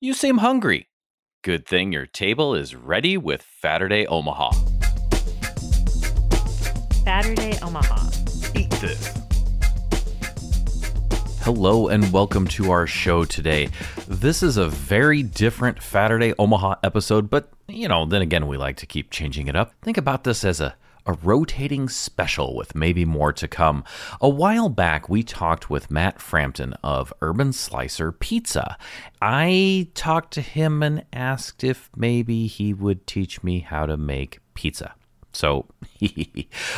You seem hungry. Good thing your table is ready with Fatterday Omaha. Saturday, Omaha. Eat this. Hello and welcome to our show today. This is a very different Fatterday Omaha episode, but you know, then again, we like to keep changing it up. Think about this as a a rotating special with maybe more to come. A while back, we talked with Matt Frampton of Urban Slicer Pizza. I talked to him and asked if maybe he would teach me how to make pizza. So,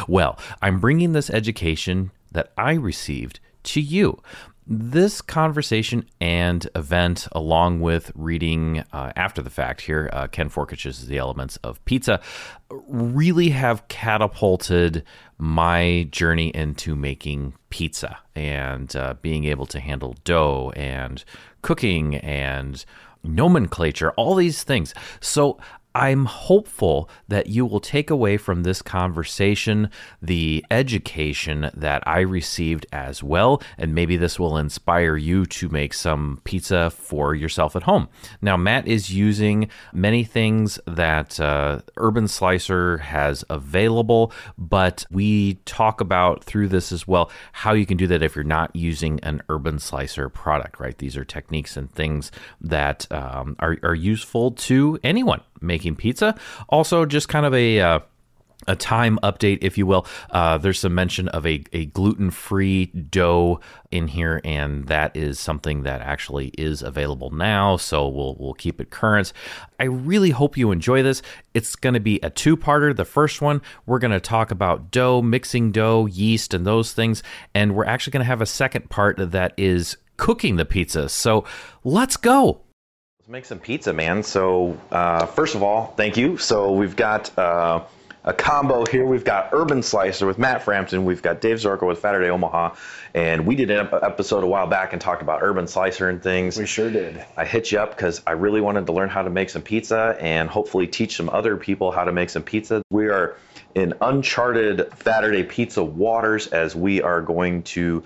well, I'm bringing this education that I received to you. This conversation and event, along with reading uh, after the fact here, uh, Ken Forkich's The Elements of Pizza, really have catapulted my journey into making pizza and uh, being able to handle dough and cooking and nomenclature, all these things. So I'm hopeful that you will take away from this conversation the education that I received as well, and maybe this will inspire you to make some pizza for yourself at home. Now, Matt is using many things that uh, Urban Slicer has available, but we talk about through this as well how you can do that if you're not using an Urban Slicer product, right? These are techniques and things that um, are, are useful to anyone making pizza. Also, just kind of a uh, a time update, if you will. Uh, there's some mention of a, a gluten free dough in here, and that is something that actually is available now. So we'll we'll keep it current. I really hope you enjoy this. It's going to be a two parter. The first one, we're going to talk about dough, mixing dough, yeast, and those things, and we're actually going to have a second part that is cooking the pizza. So let's go. Let's make some pizza, man. So, uh, first of all, thank you. So, we've got uh, a combo here. We've got Urban Slicer with Matt Frampton. We've got Dave Zorko with Saturday Omaha. And we did an ep- episode a while back and talked about Urban Slicer and things. We sure did. I hit you up because I really wanted to learn how to make some pizza and hopefully teach some other people how to make some pizza. We are in uncharted Saturday pizza waters as we are going to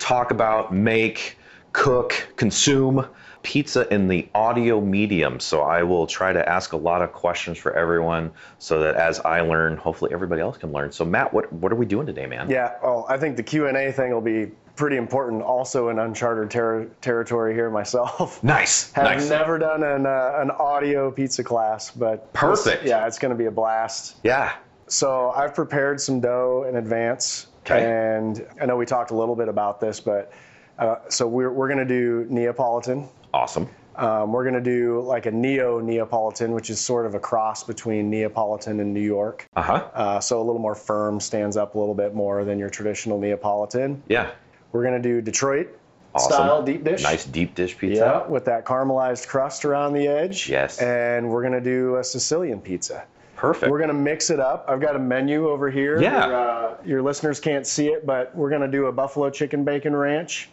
talk about, make, cook, consume pizza in the audio medium. So I will try to ask a lot of questions for everyone so that as I learn, hopefully everybody else can learn. So Matt, what what are we doing today, man? Yeah. Oh, I think the Q and A thing will be pretty important. Also, in uncharted ter- territory here myself. Nice. Have nice. never done an uh, an audio pizza class, but Perfect. yeah, it's going to be a blast. Yeah. So I've prepared some dough in advance, Okay. and I know we talked a little bit about this, but uh, so we're we're going to do Neapolitan. Awesome. Um, we're going to do like a neo Neapolitan, which is sort of a cross between Neapolitan and New York. Uh-huh. Uh, so a little more firm, stands up a little bit more than your traditional Neapolitan. Yeah. We're going to do Detroit Awesome. style deep dish. Nice deep dish Yeah, pizza. with that caramelized crust around the edge. Yes. And we're going to do a Sicilian pizza. Perfect. We're going to mix it up. I've got a menu over here. Yeah. Your, uh, your listeners can't see it, but we're going to do a buffalo chicken bacon ranch.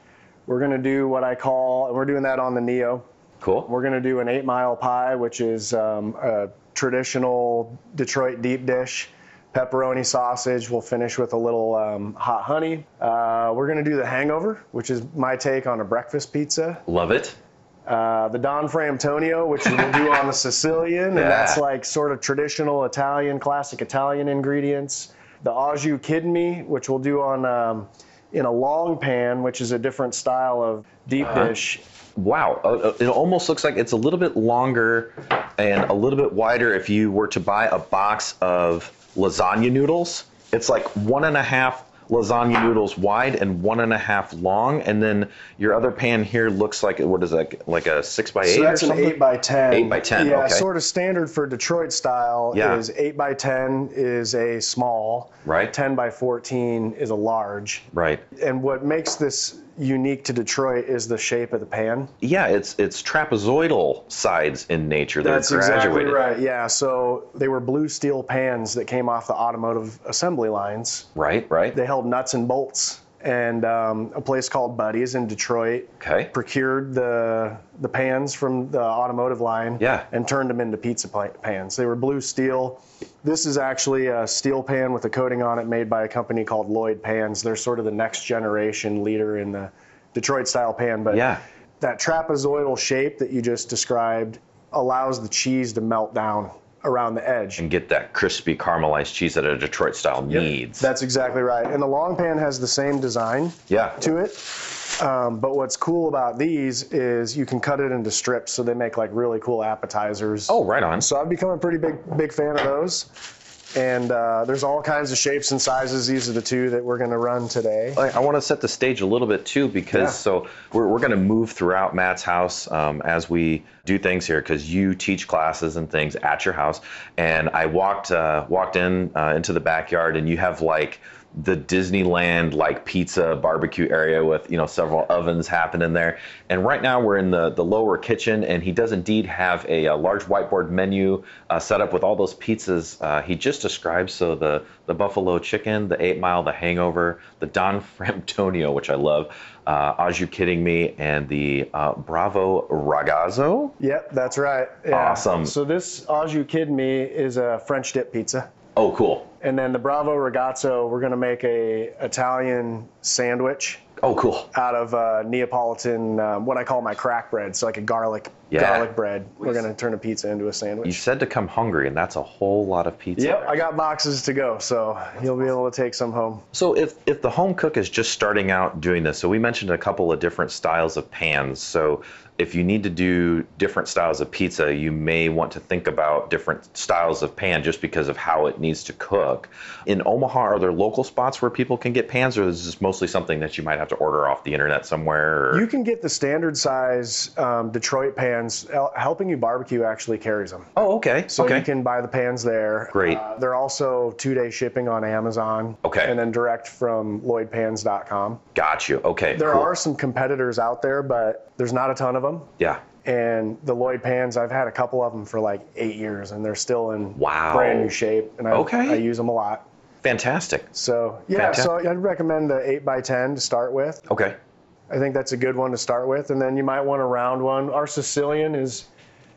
We're going to do what I call, and we're doing that on the Neo. cool. We're going to do an eight mile pie, which is um, a traditional Detroit deep dish. Pepperoni sausage. We'll finish with a little um, hot honey. Uh, we're going to do the hangover, which is my take on a breakfast pizza. Love it. Uh, the Don Frantonio, which we'll do on the Sicilian, and that's Yeah. like sort of traditional Italian, classic Italian ingredients. The au jus kidney, which we'll do on um, in a long pan, which is a different style of deep dish. Wow. Uh, uh, It almost looks like it's a little bit longer and a little bit wider if you were to buy a box of lasagna noodles. It's like one and a half lasagna noodles wide and one and a half long. And then your other pan here looks like, what is that, like a six by eight So or that's an something? eight by ten. Eight by 10, Yeah, okay. sort of standard for Detroit style Yeah. is eight by ten is a small. Right. Ten by fourteen is a large. Right. And what makes this unique to Detroit is the shape of the pan. Yeah, it's it's trapezoidal sides in nature. They're That's graduated. exactly right. Yeah. So they were blue steel pans that came off the automotive assembly lines. Right, right. They held nuts and bolts. And um, a place called Buddies in Detroit okay. procured the the pans from the automotive line Yeah. and turned them into pizza pa- pans. They were blue steel. This is actually a steel pan with a coating on it made by a company called Lloyd Pans. They're sort of the next generation leader in the Detroit style pan, but Yeah. that trapezoidal shape that you just described allows the cheese to melt down around the edge. and get that crispy caramelized cheese that a Detroit style needs. That's exactly right. And the long pan has the same design yeah. to it. Um, but what's cool about these is you can cut it into strips, so they make like really cool appetizers. Oh, right on. So I've become a pretty big big fan of those. And uh, there's all kinds of shapes and sizes. These are the two that we're going to run today. I, want to set the stage a little bit too because Yeah. so we're, we're going to move throughout Matt's house um, as we do things here because you teach classes and things at your house and I walked uh, walked in uh, into the backyard and you have like the Disneyland like pizza barbecue area with you know several ovens happening there and right now we're in the the lower kitchen and he does indeed have a, uh large whiteboard menu uh, set up with all those pizzas uh, he just described so the the buffalo chicken the eight mile the hangover the don framptonio which i love uh, are you kidding me and the uh, bravo ragazzo Yep, that's right. Yeah. Awesome. So this As You Kid Me is a French dip pizza. oh cool And then the Bravo Ragazzo, we're going to make a Italian sandwich. oh cool out of uh, Neapolitan, um, what I call my crack bread, so like a garlic Yeah. garlic bread. We're gonna turn a pizza into a you sandwich. said to come hungry and that's a whole lot of pizza Yep, there. I got boxes to go, so you'll be able to take some home. So if if the home cook is just starting out doing this, so we mentioned a couple of different styles of pans. So if you need to do different styles of pizza, you may want to think about different styles of pan just because of how it needs to cook. In Omaha, are there local spots where people can get pans, or is this mostly something that you might have to order off the internet somewhere? Or? You can get the standard size um, Detroit pans. El- Helping You Barbecue actually carries them, oh, okay. so okay. you can buy the pans there. Great. Uh, they're also two-day shipping on Amazon. Okay. And then direct from LloydPans.com. Got you. Okay. There cool. are some competitors out there, but there's not a ton of them. Yeah. and the Lloyd pans, I've had a couple of them for like eight years, and they're still in Wow. brand new shape, and I, Okay. I use them a lot. Fantastic. So yeah, so I'd recommend the eight by ten to start with. Okay. I think that's a good one to start with, and then you might want a round one. Our Sicilian is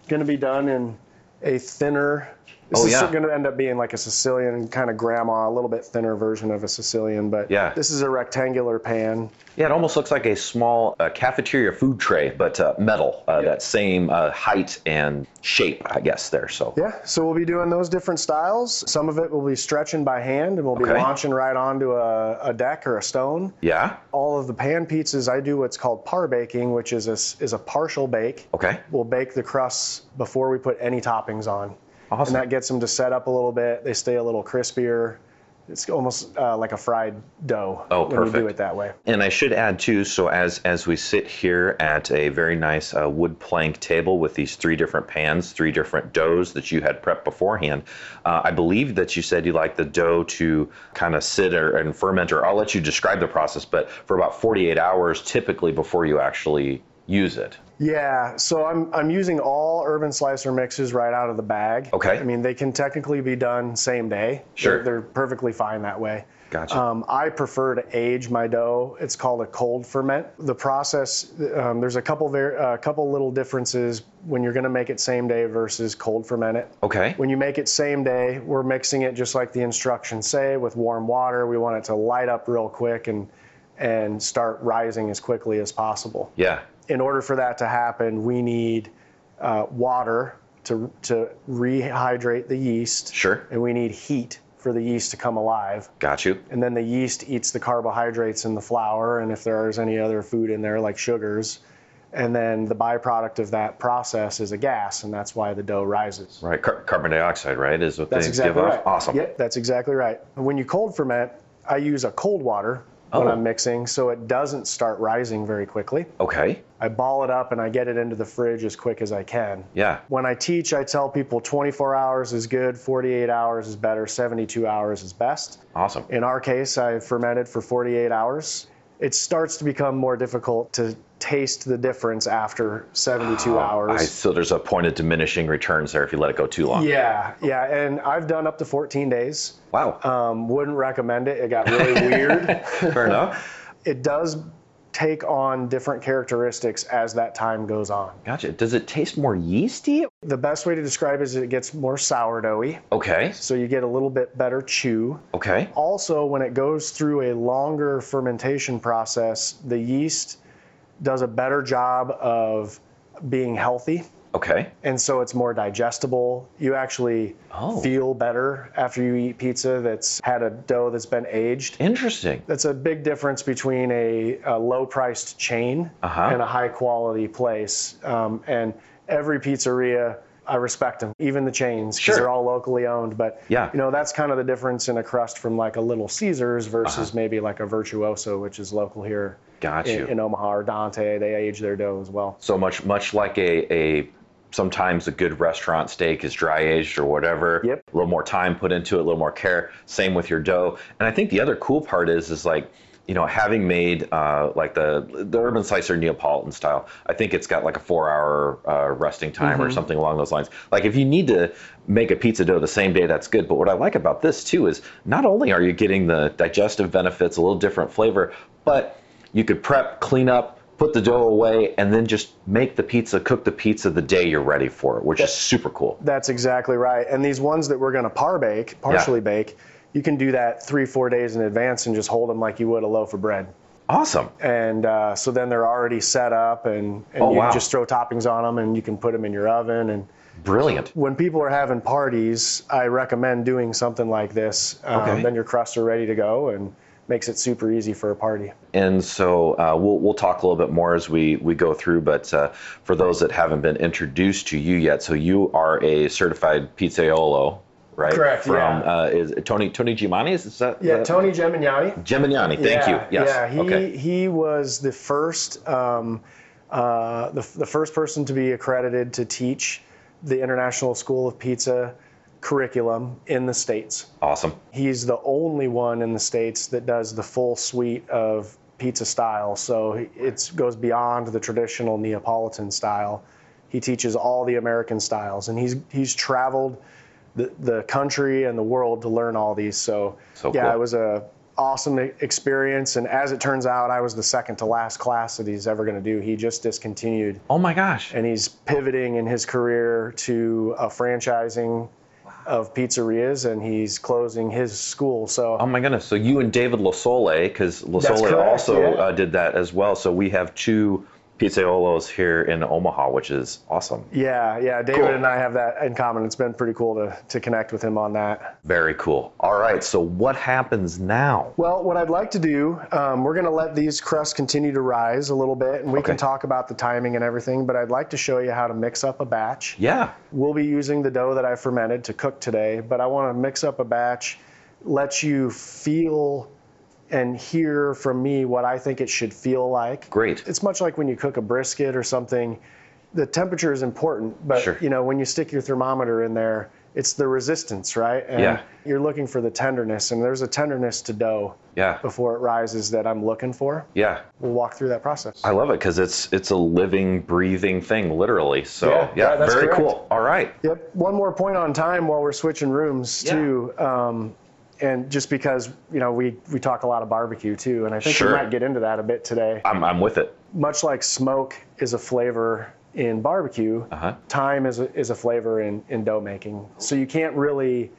going to be done in a thinner. This Oh, is yeah. going to end up being like a Sicilian kind of grandma, a little bit thinner version of a Sicilian, but Yeah. this is a rectangular pan. Yeah, it almost looks like a small uh, cafeteria food tray, but uh, metal. Uh, That same uh, height and shape, I guess. There, so Yeah, so we'll be doing those different styles. Some of it will be stretching by hand and we'll be Okay. launching right onto a, a deck or a stone. yeah, All of the pan pizzas, I do what's called par baking, which is a, s- is a partial bake. okay, We'll bake the crusts before we put any toppings on. Awesome. And that gets them to set up a little bit. They stay a little crispier. It's almost uh, like a fried dough Oh, when you do perfect. it that way. and I should add too. So as as we sit here at a very nice uh, wood plank table with these three different pans, three different doughs that you had prepped beforehand, uh, I believe that you said you like the dough to kind of sit or, and ferment, or I'll let you describe the process, but for about 48 hours typically before you actually use it. Yeah, so I'm I'm using all urban slicer mixes right out of the bag. Okay. I mean they can technically be done same day. Sure. They're, they're perfectly fine that way. Gotcha. Um, I prefer to age my dough. It's called a cold ferment. The process um, there's a couple ver- a couple little differences when you're going to make it same day versus cold ferment it. okay. When you make it same day, we're mixing it just like the instructions say with warm water. We want it to light up real quick and and start rising as quickly as possible yeah. in order for that to happen, we need uh, water to, to rehydrate the yeast. Sure. And we need heat for the yeast to come alive. Got you. And then the yeast eats the carbohydrates in the flour, and if there is any other food in there, like sugars. And then the byproduct of that process is a gas, and that's why the dough rises. Right, car- carbon dioxide, right, is what That's they exactly give off. right. Awesome. Yep, that's exactly right. When you cold ferment, I use a cold water when Oh. I'm mixing, so it doesn't start rising very quickly. Okay. I ball it up and I get it into the fridge as quick as I can. Yeah. When I teach, I tell people 24 hours is good, 48 hours is better, 72 hours is best. Awesome. In our case, I fermented for 48 hours. It starts to become more difficult to taste the difference after 72 I, hours. so there's a point of diminishing returns there if you let it go too long. Yeah, yeah, and I've done up to 14 days. Wow. Um, wouldn't recommend it. It got really weird. Fair enough. It does take on different characteristics as that time goes on. Gotcha. Does it taste more yeasty? The best way to describe it is it gets more sourdoughy, Okay. so you get a little bit better chew. Okay. Also, when it goes through a longer fermentation process, the yeast does a better job of being healthy Okay. and so it's more digestible. You actually Oh. feel better after you eat pizza that's had a dough that's been aged. Interesting. That's a big difference between a, a low-priced chain Uh-huh. and a high-quality place. Um, and every pizzeria, I respect them, even the chains, because Sure. they're all locally owned. But Yeah. you know, that's kind of the difference in a crust from like a Little Caesars versus maybe like a Virtuoso, which is local here Uh-huh. Got you. in, in Omaha or Dante. They age their dough as well. So much, much like a, a sometimes a good restaurant steak is dry aged or whatever. Yep. A little more time put into it, a little more care. Same with your dough. And I think the other cool part is, is like, you know, having made uh, like the the urban slicer Neapolitan style, I think it's got like a four hour uh, resting time or something along those lines. Like if you need to make a pizza dough the same day, that's good. But what I like about this too is not only are you getting the digestive benefits, a little different flavor, but you could prep, clean up, put the dough away, and then just make the pizza, cook the pizza the day you're ready for it, which is super cool. That's exactly right. And these ones that we're going to par bake, partially bake, you can do that three, four days in advance and just hold them like you would a loaf of bread. Awesome. And uh, so then they're already set up, and, and Oh, you wow. can just throw toppings on them, and you can put them in your oven. And Brilliant. when people are having parties, I recommend doing something like this. Um, Okay. Then your crusts are ready to go, and makes it super easy for a party. And so uh, we'll, we'll talk a little bit more as we, we go through, but uh, for those that haven't been introduced to you yet, so you are a certified pizzaiolo, right? Correct, From yeah. uh, is it Tony Tony Gimani is that? Yeah, that- Tony Gemignani. Gemignani. Thank yeah, you. Yes. Yeah, he okay. he was the first um, uh, the, the first person to be accredited to teach the International School of Pizza curriculum in the states. Awesome. He's the only one in the states that does the full suite of pizza style. So it goes beyond the traditional Neapolitan style. He teaches all the American styles, and he's he's traveled the, the country and the world to learn all these. So, So yeah, cool. it was a awesome e- experience. And as it turns out, I was the second to last class that he's ever going to do. He just discontinued Oh my gosh. and he's pivoting in his career to a franchising of pizzerias and he's closing his school so Oh my goodness! So you and David Lasole, because Lasole correct, also yeah. uh, did that as well. So we have two pizzaiolos here in Omaha, which is awesome. yeah yeah david Cool. and i have that in common it's been pretty cool to, to connect with him on that Very cool. All right. So what happens now? well what i'd like to do um, we're going to let these crusts continue to rise a little bit and we Okay. can talk about the timing and everything but i'd like to show you how to mix up a batch Yeah. We'll be using the dough that I fermented to cook today, but I want to mix up a batch, let you feel and hear from me what I think it should feel like. Great. It's much like when you cook a brisket or something. The temperature is important, but Sure. you know, when you stick your thermometer in there, it's the resistance, right? And Yeah. you're looking for the tenderness, and there's a tenderness to dough Yeah. before it rises that I'm looking for. Yeah. We'll walk through that process. I love it because it's it's a living, breathing thing, literally. So yeah, Yeah, yeah, that's very correct. cool. All right. Yep. One more point on time while we're switching rooms Yeah. too, um, and just because you know we we talk a lot of barbecue too, and I think Sure. we might get into that a bit today. I'm I'm with it. Much like smoke is a flavor in barbecue, Uh-huh. time is a, is a flavor in in dough making. So you can't really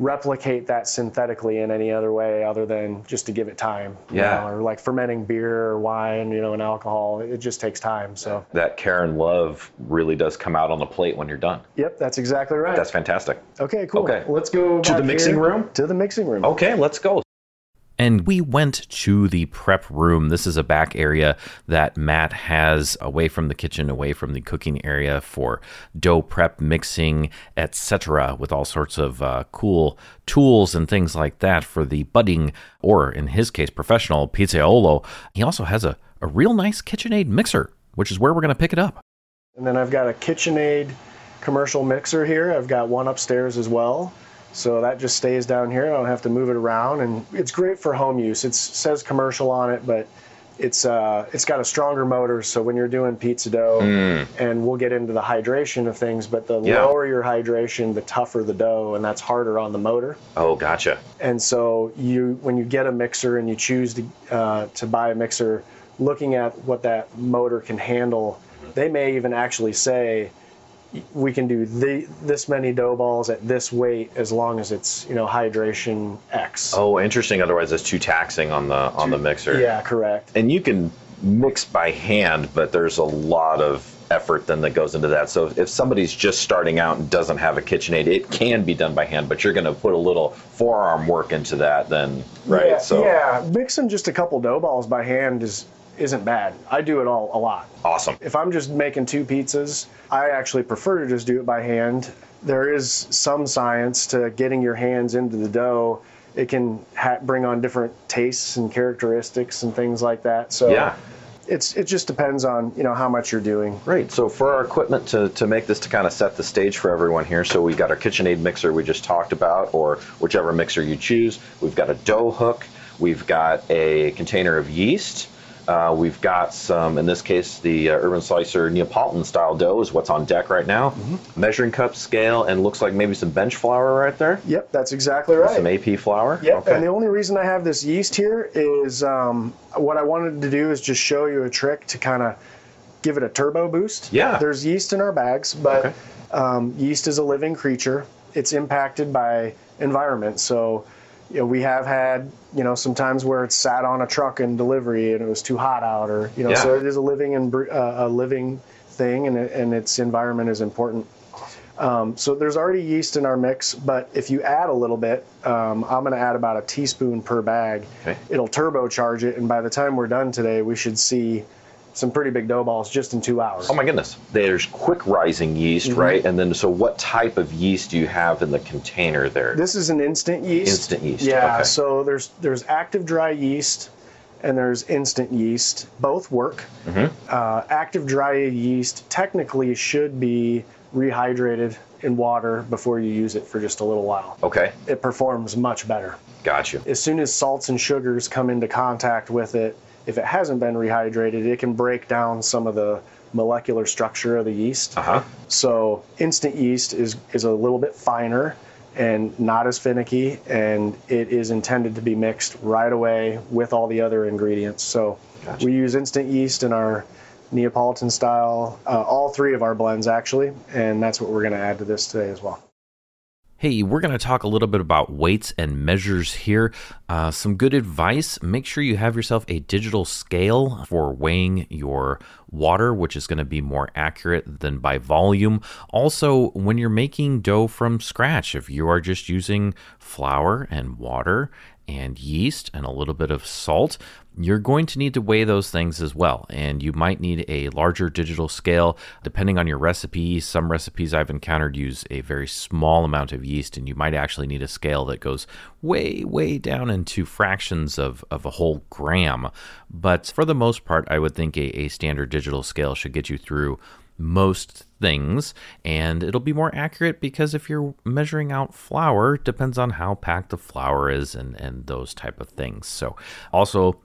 replicate that synthetically in any other way other than just to give it time. you Yeah. know, or like fermenting beer or wine, you know, and alcohol. It just takes time. So That care and love really does come out on the plate when you're done. yep, that's exactly right. That's fantastic. Okay, cool. Okay. Let's go To back the mixing here. room? Oh. To the mixing room. Okay, let's go. And we went to the prep room. This is a back area that Matt has away from the kitchen, away from the cooking area for dough prep, mixing, etc., with all sorts of uh, cool tools and things like that for the budding, or in his case, professional pizzaiolo. He also has a, a real nice KitchenAid mixer, which is where we're going to pick it up. And then I've got a KitchenAid commercial mixer here. I've got one upstairs as well. So that just stays down here. I don't have to move it around and it's great for home use. It says commercial on it, but it's uh, it's got a stronger motor so when you're doing pizza dough and we'll get into the hydration of things, but the Hmm. Yeah. lower your hydration, the tougher the dough and that's harder on the motor. Oh, gotcha. And so you, when you get a mixer and you choose to uh, to buy a mixer, looking at what that motor can handle, they may even actually say, we can do the, this many dough balls at this weight as long as it's you know hydration X. Oh, interesting. Otherwise, it's too taxing on the on the mixer. yeah, correct. and you can mixed by hand, but there's a lot of effort then that goes into that. So if somebody's just starting out and doesn't have a KitchenAid, it can be done by hand, but you're going to put a little forearm work into that then, right? Yeah, so yeah, mixing just a couple dough balls by hand is isn't bad. I do it all a lot. awesome. If I'm just making two pizzas, I actually prefer to just do it by hand. There is some science to getting your hands into the dough. It can ha- bring on different tastes and characteristics and things like that. So Yeah. it's it just depends on you know how much you're doing. Great. So for our equipment to, to make this to kind of set the stage for everyone here, so we've got our KitchenAid mixer we just talked about, or whichever mixer you choose. We've got a dough hook. We've got a container of yeast. Uh, we've got some, in this case, the uh, Urban Slicer Neapolitan style dough is what's on deck right now. Mm-hmm. Measuring cup, scale, and looks like maybe some bench flour right there. Yep, that's exactly right. Some AP flour. Yep. Okay. And the only reason I have this yeast here is um, what I wanted to do is just show you a trick to kind of give it a turbo boost. Yeah. There's yeast in our bags, but Okay. um, yeast is a living creature. It's impacted by environment. So you know, we have had you know sometimes where it's sat on a truck in delivery and it was too hot out, or you know, Yeah. so it is a living and br- uh, a living thing, and it, and its environment is important. Um, so there's already yeast in our mix, but if you add a little bit, um, I'm going to add about a teaspoon per bag. Okay. It'll turbocharge it, and by the time we're done today, we should see some pretty big dough balls just in two hours. Oh my goodness. There's quick rising yeast, Mm-hmm. right? And then, so what type of yeast do you have in the container there? This is an instant yeast. Instant yeast, Yeah. okay. So there's there's active dry yeast, and there's instant yeast. Both work. Mm-hmm. Uh, active dry yeast technically should be rehydrated in water before you use it for just a little while. okay. It performs much better. Got you. as soon as salts and sugars come into contact with it, if it hasn't been rehydrated, it can break down some of the molecular structure of the yeast. Uh huh. So instant yeast is is a little bit finer and not as finicky, and it is intended to be mixed right away with all the other ingredients. So Gotcha. we use instant yeast in our Neapolitan style, uh, all three of our blends actually, and that's what we're going to add to this today as well. Hey, we're going to talk a little bit about weights and measures here. Uh, some good advice make sure you have yourself a digital scale for weighing your water, which is going to be more accurate than by volume. Also, when you're making dough from scratch, if you are just using flour and water and yeast and a little bit of salt, you're going to need to weigh those things as well. And you might need a larger digital scale depending on your recipe. Some recipes I've encountered use a very small amount of yeast, and you might actually need a scale that goes way, way down into fractions of, of a whole gram. But for the most part, I would think a, a standard digital scale should get you through most things and it'll be more accurate because if you're measuring out flour depends on how packed the flour is and and those type of things so also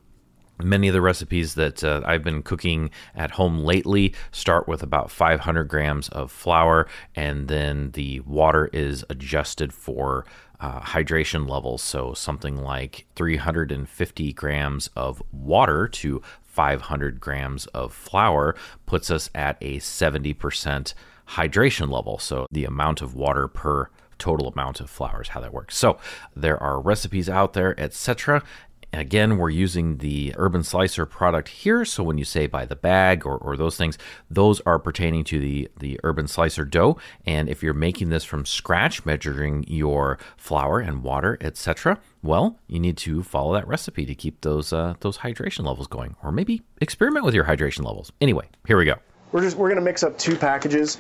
Many of the recipes that uh, I've been cooking at home lately start with about 500 grams of flour, and then the water is adjusted for uh, hydration levels. So, something like 350 grams of water to 500 grams of flour puts us at a 70% hydration level. So, the amount of water per total amount of flour is how that works. So, there are recipes out there, etc. Again, we're using the Urban Slicer product here. So when you say by the bag or, or those things, those are pertaining to the, the Urban Slicer dough. And if you're making this from scratch, measuring your flour and water, etc., well, you need to follow that recipe to keep those uh, those hydration levels going, or maybe experiment with your hydration levels. Anyway, here we go. We're just we're gonna mix up two packages.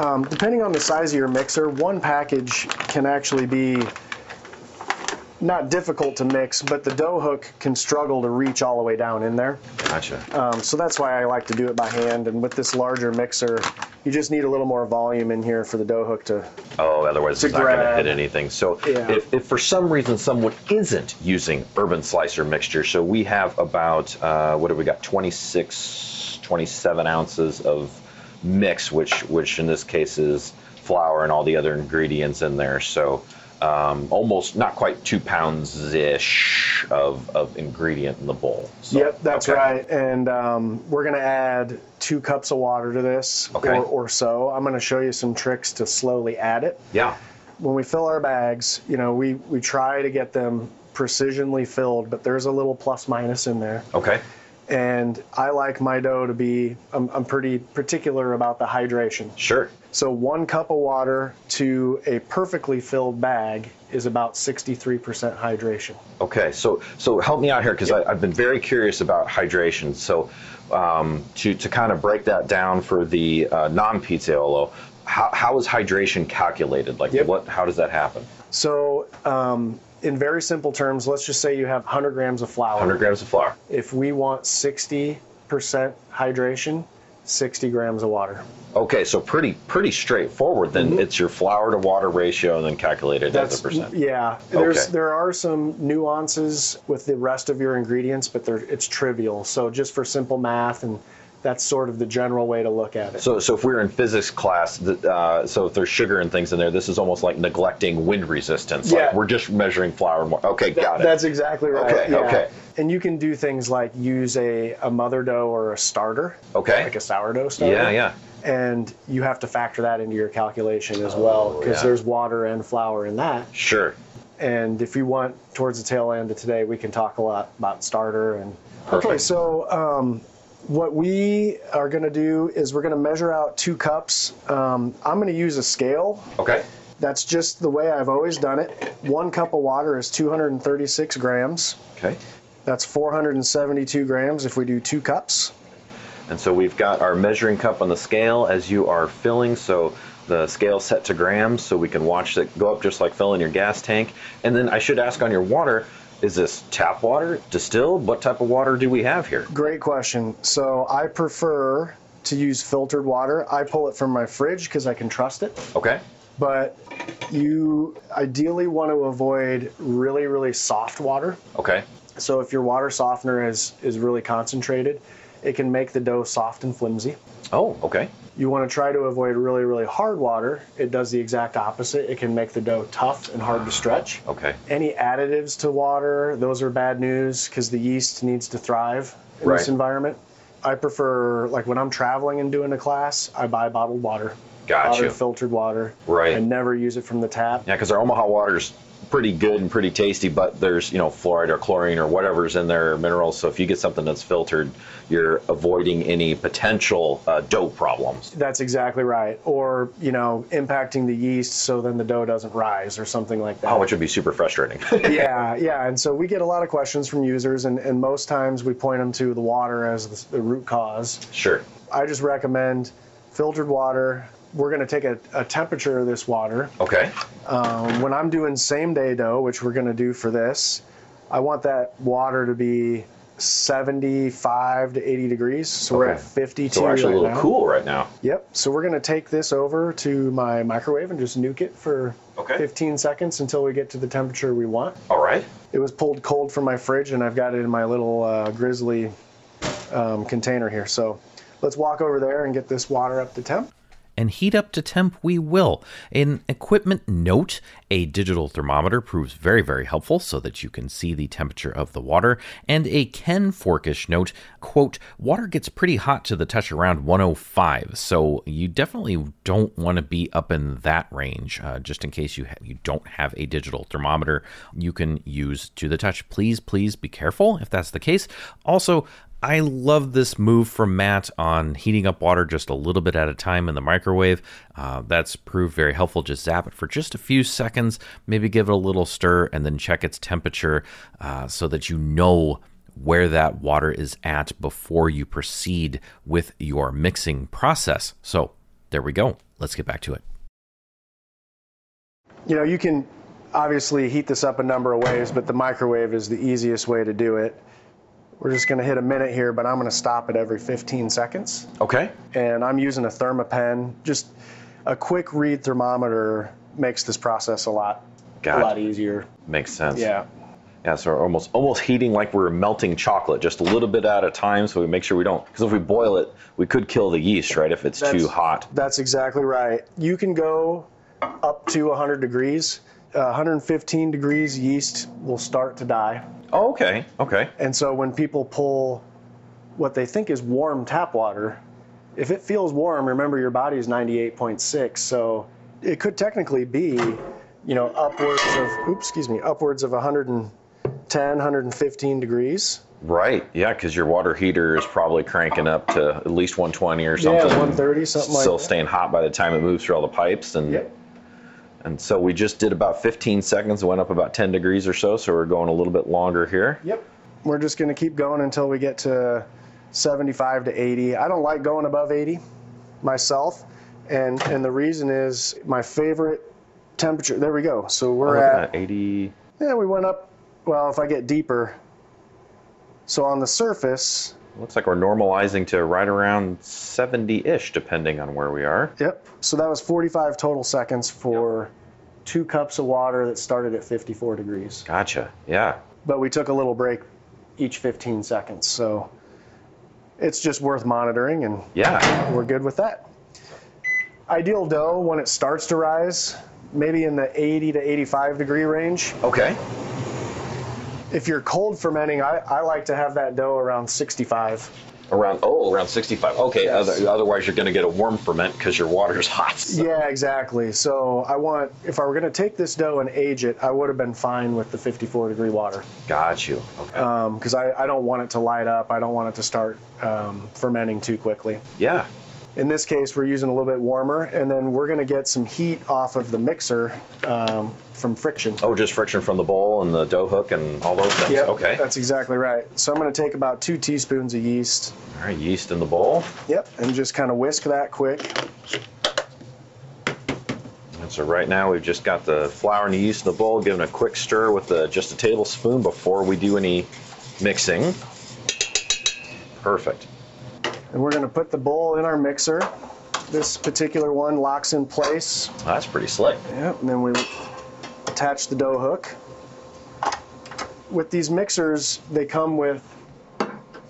Um, depending on the size of your mixer, one package can actually be not difficult to mix, but the dough hook can struggle to reach all the way down in there. Gotcha. Um, so that's why I like to do it by hand. And with this larger mixer, you just need a little more volume in here for the dough hook to. oh, otherwise it's not going to grab. hit anything. So Yeah. if, if for some reason someone isn't using urban slicer mixture, so we have about, uh, what have we got, 26, 27 ounces of mix, which, which in this case is flour and all the other ingredients in there. So um, almost not quite two pounds ish of, of ingredient in the bowl. So, yep, that's okay. right. And um, we're gonna add two cups of water to this, Okay. or, or so. I'm gonna show you some tricks to slowly add it. Yeah. when we fill our bags, you know, we, we try to get them precisionally filled, but there's a little plus minus in there. Okay. and I like my dough to be. I'm, I'm pretty particular about the hydration. Sure. So one cup of water to a perfectly filled bag is about 63% hydration. Okay, so so help me out here because I've been very curious about hydration. So um, to to kind of break that down for the uh, non pizzaiolo, how, how is hydration calculated? Like Yep. what? How does that happen? So um, in very simple terms, let's just say you have 100 grams of flour. 100 grams of flour. If we want 60% hydration, 60 grams of water. Okay, so pretty pretty straightforward. Mm-hmm. Then it's your flour to water ratio, and then calculated as a percent. Yeah. There's Okay. there are some nuances with the rest of your ingredients, but they're, it's trivial. So just for simple math, and that's sort of the general way to look at it. So, so if we were in physics class, th- uh, so if there's sugar and things in there, this is almost like neglecting wind resistance. Like Yeah. we're just measuring flour. More. Okay, got it. That's exactly right. Okay, yeah. okay. And you can do things like use a, a mother dough or a starter, okay. like a sourdough starter. Oh. yeah, yeah. And you have to factor that into your calculation as well Oh, because yeah. there's water and flour in that. Sure. And if you want towards the tail end of today, we can talk a lot about starter and. Okay, Perfect. so um, what we are going to do is we're going to measure out two cups. Um, I'm going to use a scale. Okay. That's just the way I've always done it. One cup of water is 236 grams. Okay. That's 472 grams if we do two cups. And so we've got our measuring cup on the scale as you are filling. So the scale set to grams, so we can watch it go up just like filling your gas tank. And then I should ask on your water, is this tap water, distilled? What type of water do we have here? Great question. So I prefer to use filtered water. I pull it from my fridge because I can trust it. Okay. But you ideally want to avoid really, really soft water. Okay. So if your water softener is, is really concentrated, it can make the dough soft and flimsy. Oh, okay. You want to try to avoid really, really hard water. It does the exact opposite. It can make the dough tough and hard to stretch. Okay. Any additives to water, those are bad news because the yeast needs to thrive in Right. this environment. I prefer, like when I'm traveling and doing a class, I buy bottled water. Got Bottled you. filtered water. Right. I never use it from the tap. Yeah, because our Omaha water's pretty good and pretty tasty, but there's you know fluoride or chlorine or whatever's in there, minerals. So if you get something that's filtered, you're avoiding any potential uh, dough problems. That's exactly right. Or, you know, impacting the yeast so then the dough doesn't rise or something like that. Oh, which would be super frustrating. yeah, yeah. And so we get a lot of questions from users, and, and most times we point them to the water as the, the root cause. sure. I just recommend filtered water. We're going to take a, a temperature of this water. Okay. Um, when I'm doing same day dough, which we're going to do for this, I want that water to be 75 to 80 degrees. So we're Okay. at 52 So we're actually a right little now. cool right now. Yep. So we're going to take this over to my microwave and just nuke it for Okay. 15 seconds until we get to the temperature we want. All right. It was pulled cold from my fridge, and I've got it in my little uh, grizzly um, container here. So let's walk over there and get this water up to temp. and heat up to temp we will. An equipment note a digital thermometer proves very, very helpful so that you can see the temperature of the water. And a Ken Forkish note quote, water gets pretty hot to the touch around 105, so you definitely don't want to be up in that range. Uh, just in case you, ha- you don't have a digital thermometer you can use to the touch, please, please be careful if that's the case. Also, I love this move from Matt on heating up water just a little bit at a time in the microwave. Uh, that's proved very helpful. Just zap it for just a few seconds, maybe give it a little stir, and then check its temperature uh, so that you know where that water is at before you proceed with your mixing process. So there we go. Let's get back to it. You know, you can obviously heat this up a number of ways, but the microwave is the easiest way to do it. We're just going to hit a minute here, but I'm going to stop it every 15 seconds. Okay. And I'm using a thermopen. Just a quick read thermometer makes this process a lot, Got a lot it. easier. Makes sense. Yeah. Yeah. So we're almost almost heating like we're melting chocolate, just a little bit at a time, so we make sure we don't. Because if we boil it, we could kill the yeast, right? If it's too That's- hot. That's exactly right. You can go up to 100 degrees. Uh, 115 degrees, yeast will start to die. Oh, okay. Okay. And so when people pull what they think is warm tap water, if it feels warm, remember your body is 98.6. So it could technically be, you know, upwards of, oops, excuse me, upwards of 110, 115 degrees. Right. Yeah, because your water heater is probably cranking up to at least 120 or Yeah, something. 130, something like Still that. staying hot by the time it moves through all the pipes, and Yep. and so we just did about 15 seconds. It went up about 10 degrees or so, so we're going a little bit longer here. Yep. We're just going to keep going until we get to 75 to 80. I don't like going above 80 myself. And, and the reason is my favorite temperature. There we go. So we're Looking Oh, at, at 80. yeah, we went up. Well, if I get deeper. So on the surface, Looks like we're normalizing to right around 70-ish, depending on where we are. yep. So that was 45 total seconds for two cups of water that started at 54 degrees. Gotcha. Yeah. but we took a little break each 15 seconds. So it's just worth monitoring, and Yeah. we're good with that. Ideal dough when it starts to rise, maybe in the 80 to 85 degree range. Okay. If you're cold fermenting, I, I like to have that dough around 65. Around oh, around 65. Okay. Yes. Other, otherwise, you're going to get a warm ferment because your water is hot. So- Yeah, exactly. So I want, if I were going to take this dough and age it, I would have been fine with the 54 degree water. Got you. Okay. because I, I don't want it to light up. I don't want it to start um, fermenting too quickly. yeah. In this case, we're using a little bit warmer, and then we're going to get some heat off of the mixer um, from friction. Oh, just friction from the bowl and the dough hook and all those things. Yep, Okay. That's exactly right. So I'm going to take about two teaspoons of yeast. All right, yeast in the bowl. Yep. And just kind of whisk that quick. And so right now we've just got the flour and the yeast in the bowl, giving a quick stir with the, just a tablespoon before we do any mixing. Perfect. And we're going to put the bowl in our mixer. This particular one locks in place. That's pretty slick. Yep. And then we attach the dough hook. With these mixers, they come with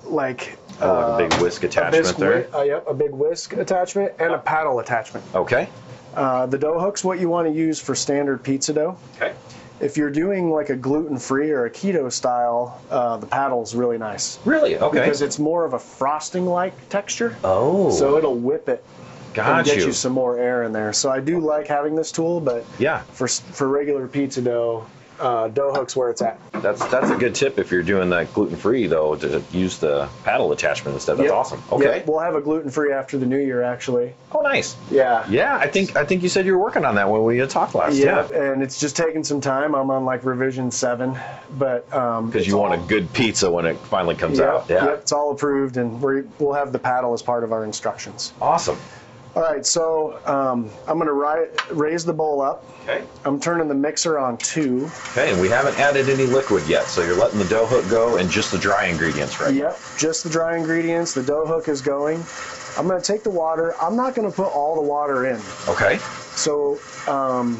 like Oh, like a big whisk attachment Um, whisk there. wi- uh, yep, a big whisk attachment and a paddle attachment. Okay. Uh, the dough hook's what you want to use for standard pizza dough. Okay. If you're doing like a gluten free or a keto style, uh, the paddle's really nice Really? Okay. because it's more of a frosting like texture. oh, So it'll whip it and got get you. you. some more air in there. So I do like having this tool, but yeah, for, s- for regular pizza dough, uh, dough hook's where it's at. that's that's a good tip if you're doing that gluten free though to use the paddle attachment instead. That's Yep. awesome. Okay. Yep, We'll have a gluten free after the new year, actually. oh, nice. Yeah. Yeah, I think I think you said you were working on that when we had talked last. Yeah, and it's just taking some time. I'm on like revision seven, but um, because you it's want all- a good pizza when it finally comes Yep, out. Yeah. yep, it's all approved, and we're, we'll have the paddle as part of our instructions. Awesome. All right, so um, I'm going to ri- raise the bowl up. Okay. I'm turning the mixer on two. Okay, and we haven't added any liquid yet, so you're letting the dough hook go and just the dry ingredients, right? Yep, just the dry ingredients. The dough hook is going. I'm going to take the water. I'm not going to put all the water in. Okay. So um,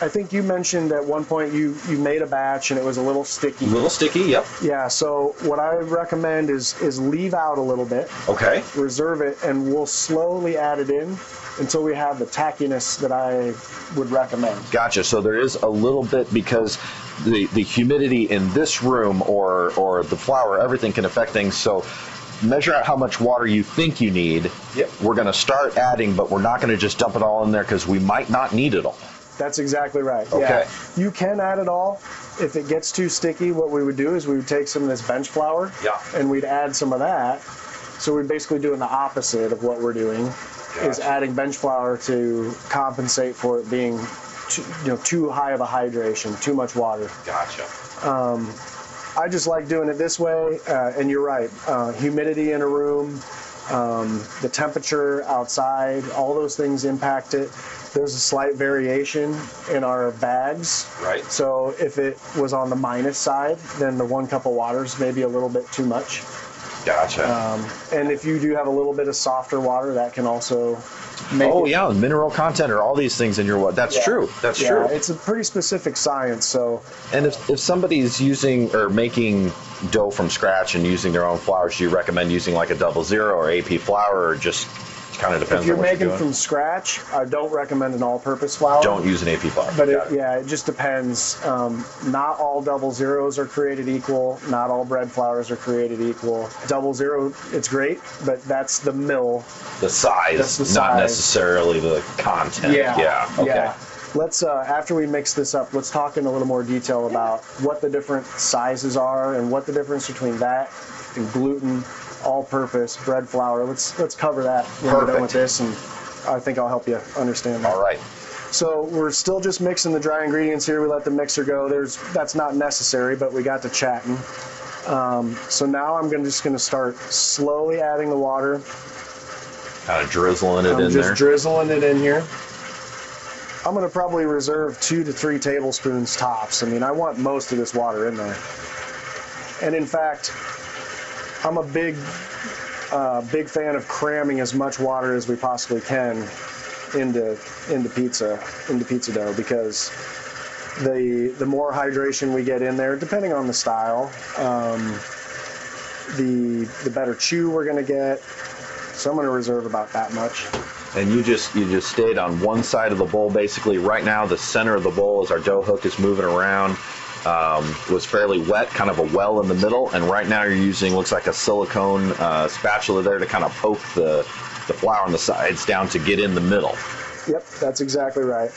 I think you mentioned at one point you you made a batch and it was a little sticky. A little sticky. Yep. Yeah, so what I recommend is is leave out a little bit, Okay. reserve it, and we'll slowly add it in until we have the tackiness that I would recommend. Gotcha. So there is a little bit because the the humidity in this room or or the flour, everything can affect things. So measure out how much water you think you need. Yep. We're going to start adding, but we're not going to just dump it all in there because we might not need it all. That's exactly right. Okay. Yeah. You can add it all. If it gets too sticky, what we would do is we would take some of this bench flour Yeah. and we'd add some of that. So we're basically doing the opposite of what we're doing is Gotcha. adding bench flour to compensate for it being too, you know too high of a hydration, too much water. Gotcha. I just like doing it this way. Uh, and you're right, uh, humidity in a room, um, the temperature outside, all those things impact it. There's a slight variation in our bags. Right. So if it was on the minus side, then the one cup of water's maybe a little bit too much. Gotcha. Uh, And if you do have a little bit of softer water, that can also make oh it- yeah, and mineral content or all these things in your water. That's Yeah. true. That's Yeah, true. It's a pretty specific science, so And if, if somebody's using or making dough from scratch and using their own flour, do you recommend using like a double zero or AP flour or just kind of depends if you're on what making you're doing? from scratch, I don't recommend an all-purpose flour. Don't use an AP flour. But it, Got it. yeah, it just depends. Um, not all double zeros are created equal. Not all bread flours are created equal. Double zero, it's great, but that's the mill. the size, That's the not size. necessarily the content. Yeah, Yeah. Okay. yeah. Let's uh, after we mix this up, let's talk in a little more detail about what the different sizes are and what the difference between that and gluten, all-purpose bread flour. Let's let's cover that when we're done Perfect. with this, and I think I'll help you understand that. All right. So we're still just mixing the dry ingredients here. We let the mixer go. There's that's not necessary, but we got to chatting. Um, so now I'm gonna, just going to start slowly adding the water. Kind of drizzling it I'm in just there. drizzling it in here. I'm going to probably reserve two to three tablespoons tops. I mean, I want most of this water in there. And in fact, I'm a big, uh, big fan of cramming as much water as we possibly can into into pizza into pizza dough because the the more hydration we get in there, depending on the style, um, the the better chew we're going to get. So I'm going to reserve about that much. and you just you just stayed on one side of the bowl basically right now the center of the bowl as our dough hook is moving around um, was fairly wet kind of a well in the middle and right now you're using looks like a silicone uh, spatula there to kind of poke the the flour on the sides down to get in the middle Yep, that's exactly right.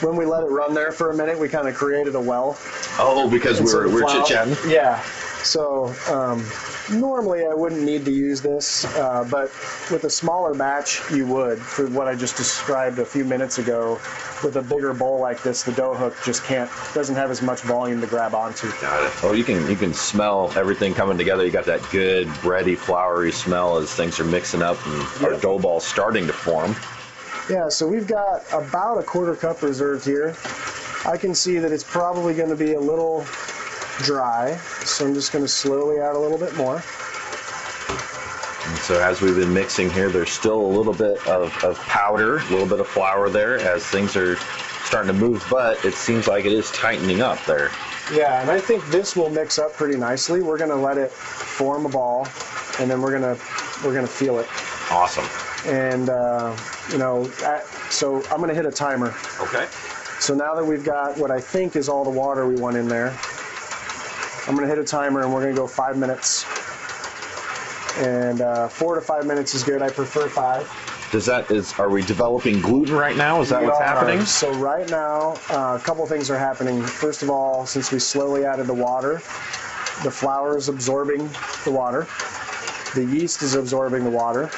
When we let it run there for a minute, we kind of created a well. oh because we So were, the we were flour- chit-chatting Yeah. So um, normally I wouldn't need to use this, uh, but with a smaller batch, you would. For what I just described a few minutes ago, with a bigger bowl like this, the dough hook just can't doesn't have as much volume to grab onto. Oh, you can you can smell everything coming together. You got that good bready, floury smell as things are mixing up and our Yep. dough ball's starting to form. Yeah, so we've got about a quarter cup reserved here. I can see that it's probably going to be a little dry, so I'm just going to slowly add a little bit more. And so as we've been mixing here, there's still a little bit of, of powder, a little bit of flour there as things are starting to move, but it seems like it is tightening up there. Yeah, and I think this will mix up pretty nicely. We're gonna let it form a ball, and then we're gonna we're gonna feel it. Awesome. And uh, you know, at, so I'm gonna hit a timer. Okay. So now that we've got what I think is all the water we want in there, I'm gonna hit a timer, and we're gonna go five minutes. And uh, four to five minutes is good. I prefer five. Does that is are we developing gluten right now? Is that what's We are. happening? So right now, uh, a couple things are happening. First of all, since we slowly added the water, the flour is absorbing the water, the yeast is absorbing the water,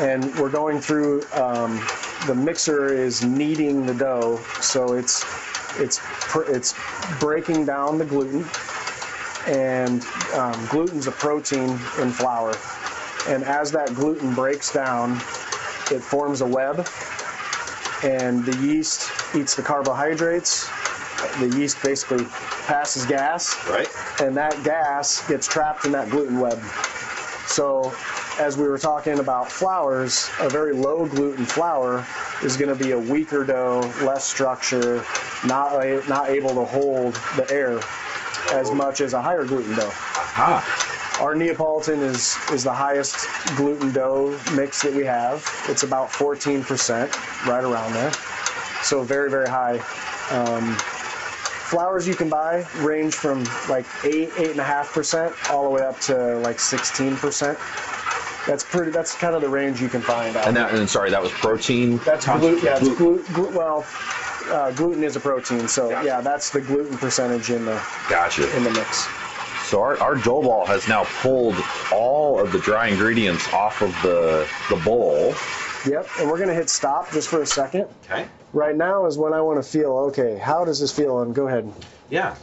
and we're going through. Um, the mixer is kneading the dough, so it's it's pr- it's breaking down the gluten, and um, gluten's a protein in flour, and as that gluten breaks down, it forms a web and the yeast eats the carbohydrates. The yeast basically passes gas, Right. and that gas gets trapped in that gluten web. So, as we were talking about flours, a very low gluten flour is going to be a weaker dough, less structure, not a- not able to hold the air as much as a higher gluten dough. Ah. Our Neapolitan is is the highest gluten dough mix that we have. It's about 14%, right around there. So very very high. Um, flours you can buy range from like eight eight and a half percent all the way up to like 16%. That's pretty. That's kind of the range you can find. Out. And that and sorry, that was protein. That's con- gluten. Yeah, it's glu- glu- glu- well, uh, gluten is a protein, so yeah, that's the gluten percentage in the Gotcha. in the mix. So our, our dough ball has now pulled all of the dry ingredients off of the the bowl. Yep, and we're gonna hit stop just for a second. Okay. Right now is when I want to feel, okay, how does this feel? And go ahead. Yeah.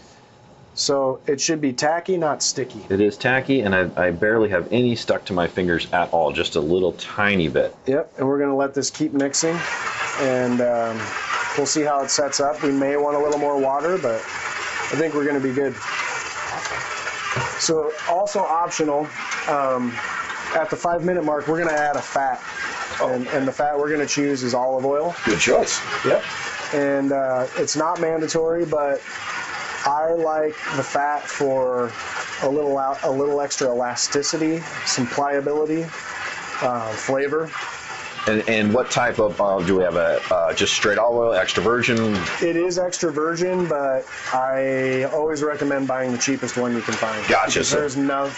So it should be tacky, not sticky. It is tacky, and I, I barely have any stuck to my fingers at all. Just a little tiny bit. Yep, and we're going to let this keep mixing and um, we'll see how it sets up. We may want a little more water, but I think we're going to be good. So, also optional, um, at the five minute mark, we're going to add a fat. And, and the fat we're going to choose is olive oil. Good choice. Yep. And uh, it's not mandatory, but I like the fat for a little out, a little extra elasticity, some pliability, uh, flavor. And, and what type of uh, do we have? A uh, just straight olive oil, extra virgin. It is extra virgin, but I always recommend buying the cheapest one you can find. Gotcha, Because so- There's no